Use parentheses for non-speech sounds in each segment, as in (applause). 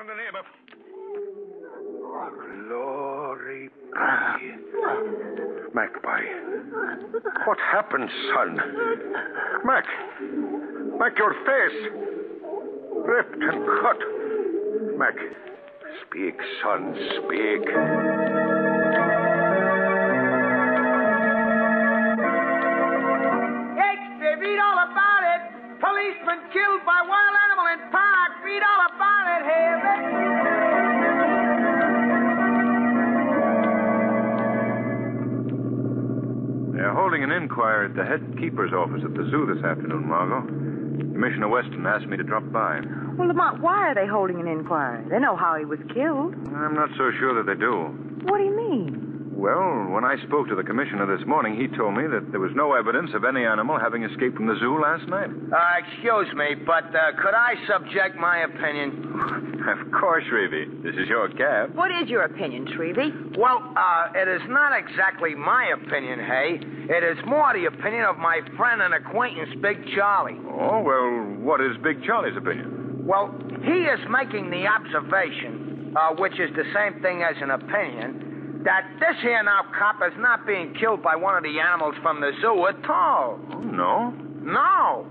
in the neighborhood. Glory be. Magpie. What happened, son? Mac. Mac, your face. Ripped and cut. Mac. Speak, son, speak. Cakes, they read all about it. Policeman killed by wild animal in park. Read all about it, Harry. They're holding an inquiry at the head keeper's office at the zoo this afternoon, Margot. Commissioner Weston asked me to drop by. Well, Lamont, why are they holding an inquiry? They know how he was killed. I'm not so sure that they do. What do you mean? Well, when I spoke to the commissioner this morning, he told me that there was no evidence of any animal having escaped from the zoo last night. Uh, excuse me, but uh, could I subject my opinion? (laughs) of course, Reeve. This is your cab. What is your opinion, Trevy? Well, uh, it is not exactly my opinion, Hay. It is more the opinion of my friend and acquaintance, Big Charlie. Oh, well, what is Big Charlie's opinion? Well, he is making the observation, uh, which is the same thing as an opinion, that this here now cop is not being killed by one of the animals from the zoo at all. Oh, no. No.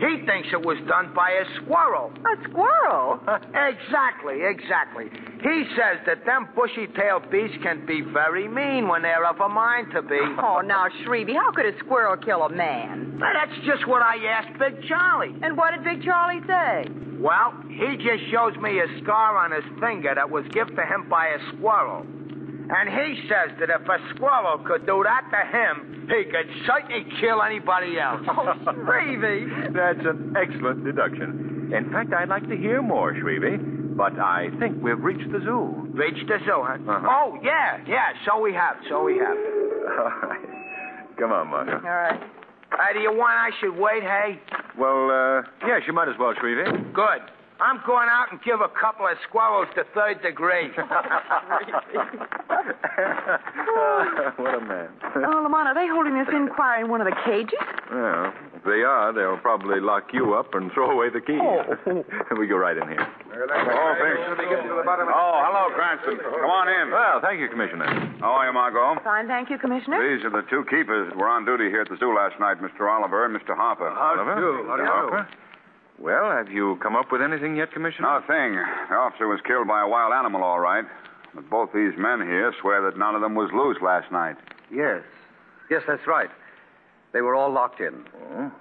He thinks it was done by a squirrel. A squirrel? Exactly, exactly. He says that them bushy-tailed beasts can be very mean when they're of a mind to (laughs) be. Oh, now, Shrevey, how could a squirrel kill a man? But That's just what I asked Big Charlie. And what did Big Charlie say? Well, he just shows me a scar on his finger that was given to him by a squirrel. And he says that if a squirrel could do that to him, he could certainly kill anybody else. Shrevey. That's an excellent deduction. In fact, I'd like to hear more, Shrevey, but I think we've reached the zoo. Reach the zoo, huh? Uh-huh. Oh, yeah, yeah, so we have, so we have. All right. (laughs) Come on, Margot. All right. Hey, do you want I should wait, hey? Well, uh, yes, you might as well, (laughs) Shrevey. Good. I'm going out and give a couple of squirrels the third degree. what a man. Oh, Lamont, are they holding this inquiry in one of the cages? Well, if they are, they'll probably lock you up and throw away the key. (laughs) we go right in here. Oh, thanks. Oh, hello, Cranston. Come on in. Well, thank you, Commissioner. How are you, Margot? Fine, thank you, Commissioner. These are the two keepers that were on duty here at the zoo last night, Mr. Oliver and Mr. Harper. Oliver? Harper? Well, have you come up with anything yet, Commissioner? Nothing. The officer was killed by a wild animal, all right. But both these men here swear that none of them was loose last night. Yes. Yes, that's right. They were all locked in. Oh.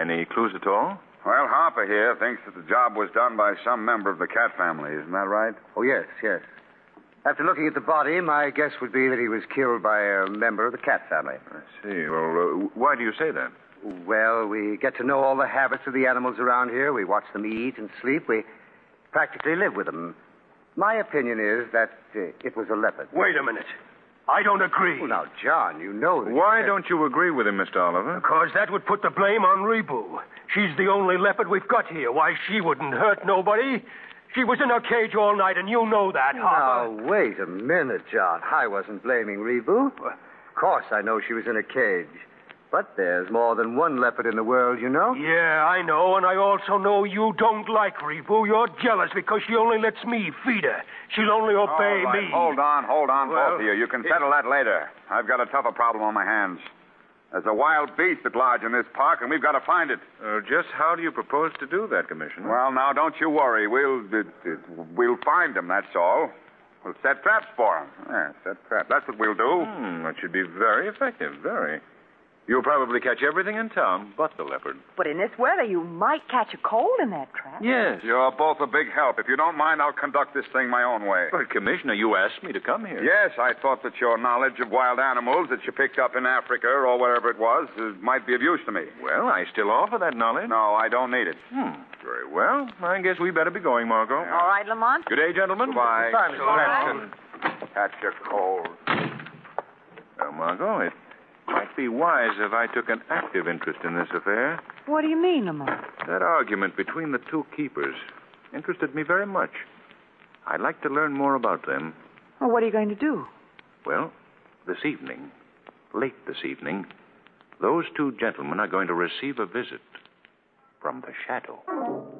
Any clues at all? Well, Harper here thinks that the job was done by some member of the cat family. Isn't that right? Oh, yes, yes. After looking at the body, my guess would be that he was killed by a member of the cat family. I see. Well, uh, why do you say that? Well, we get to know all the habits of the animals around here. We watch them eat and sleep. We practically live with them. My opinion is that uh, it was a leopard. (laughs) Wait a minute. I don't agree. Oh, now, John, you know that. Why don't you agree with him, Mr. Oliver? Because that would put the blame on Rebu. She's the only leopard we've got here. Why, she wouldn't hurt nobody. She was in her cage all night, and you know that, Harper. Now, wait a minute, John. I wasn't blaming Rebu. Of course, I know she was in a cage. But there's more than one leopard in the world, you know. Yeah, I know, and I also know you don't like Rebu. You're jealous because she only lets me feed her. She'll only obey Oh, All right, me. Hold on, hold on, Well, both of you. You can settle that later. I've got a tougher problem on my hands. There's a wild beast at large in this park, and we've got to find it. Uh, just how do you propose to do that, Commissioner? Well, now don't you worry. We'll uh, uh, we'll find them. That's all. We'll set traps for them. Yeah, set traps. That's what we'll do. Hmm, that should be very effective, very. You'll probably catch everything in town but the leopard. But in this weather, you might catch a cold in that trap. Yes. You're both a big help. If you don't mind, I'll conduct this thing my own way. But, Commissioner, you asked me to come here. Yes, I thought that your knowledge of wild animals that you picked up in Africa or wherever it was uh, might be of use to me. Well, I still offer that knowledge. No, I don't need it. Hmm. Very well. I guess we better be going, Margot. All right, Lamont. Good day, gentlemen. Goodbye. Goodbye, Mr. Cranston. Catch a cold. Well, Margot, it might be wise if I took an active interest in this affair. What do you mean, Lamont? That argument between the two keepers interested me very much. I'd like to learn more about them. Well, what are you going to do? Well, this evening, late this evening, those two gentlemen are going to receive a visit from the shadow.